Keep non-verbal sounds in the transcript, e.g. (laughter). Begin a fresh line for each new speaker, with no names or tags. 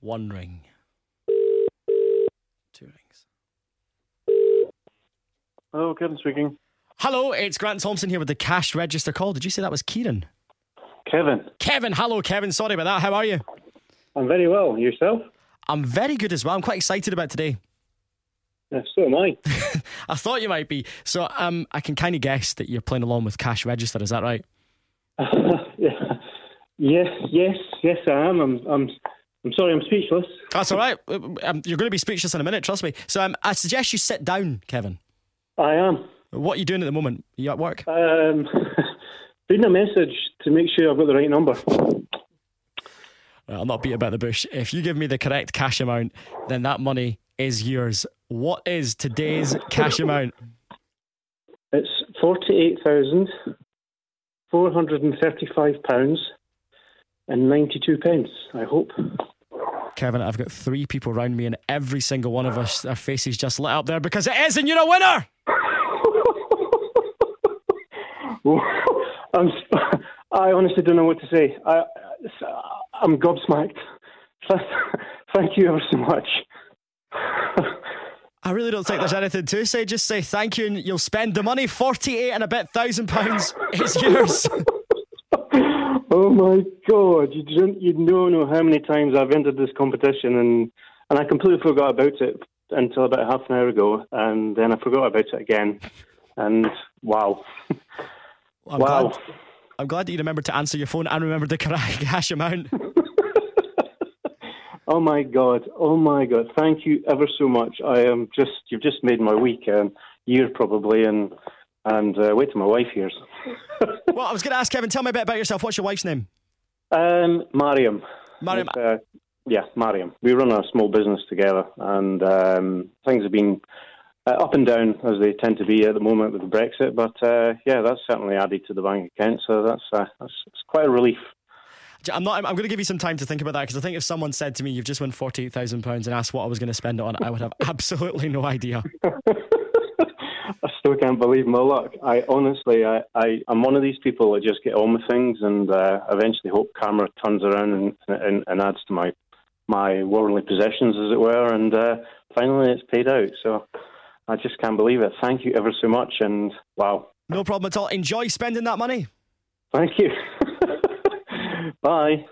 One ring. Two rings.
Hello, Oh, Kevin speaking.
Hello, it's Grant Thompson here with the cash register call. Did you say that was Kieran?
Kevin,
Kevin, hello, Kevin. Sorry about that. How are you?
I'm very well. Yourself?
I'm very good as well. I'm quite excited about today.
Yeah, so am I. (laughs)
I thought you might be. So um, I can kind of guess that you're playing along with cash register. Is that right?
yeah. Yes, yes, yes, I am. I'm, I'm, I'm sorry, I'm speechless.
That's all right. Um, you're going to be speechless in a minute. Trust me. So um, I suggest you sit down, Kevin.
I am.
What are you doing at the moment? Are you at work?
Um, (laughs) reading a message to make sure I've got the right number.
Right, I'll Uh, not beat about the bush. If you give me the correct cash amount, then that money is yours. What is today's cash amount?
It's forty-eight thousand four hundred and thirty-five pounds and ninety-two pence. I hope.
Kevin, I've got three people around me, and every single one of us, our faces just lit up there because it is, and you're a winner.
(laughs) I'm. Sp- I honestly don't know what to say. I, I'm gobsmacked. Thank you ever so much.
I really don't think there's anything to say. Just say thank you, and you'll spend the money. Forty-eight and a bit thousand pounds (laughs) is yours.
(laughs) oh my god! You don't you don't know how many times I've entered this competition and and I completely forgot about it until about half an hour ago, and then I forgot about it again. And wow,
I'm
wow!
Glad, I'm glad that you remembered to answer your phone and remembered the correct (laughs) cash amount.
Oh my god! Oh my god! Thank you ever so much. I am just you've just made my week um, year probably, and and uh, wait till my wife hears. (laughs)
well, I was going to ask Kevin. Tell me a bit about yourself. What's your wife's name?
Um, Mariam.
Mariam.
It's, uh, yeah, Mariam. We run a small business together, and um, things have been uh, up and down as they tend to be at the moment with Brexit. But uh, yeah, that's certainly added to the bank account, so that's uh, that's it's quite a relief.
I'm not. I'm, going to give you some time to think about that because I think if someone said to me, "You've just won forty-eight thousand pounds," and asked what I was going to spend it on, I would have (laughs) absolutely no idea.
(laughs) I still can't believe my luck. I honestly, I, I I'm one of these people that just get on with things, and uh, eventually hope karma turns around and, and and adds to my my worldly possessions, as it were. And uh, finally, it's paid out. So I just can't believe it. Thank you ever so much, and wow,
No problem at all. Enjoy spending that money.
thank you. (laughs) Bye.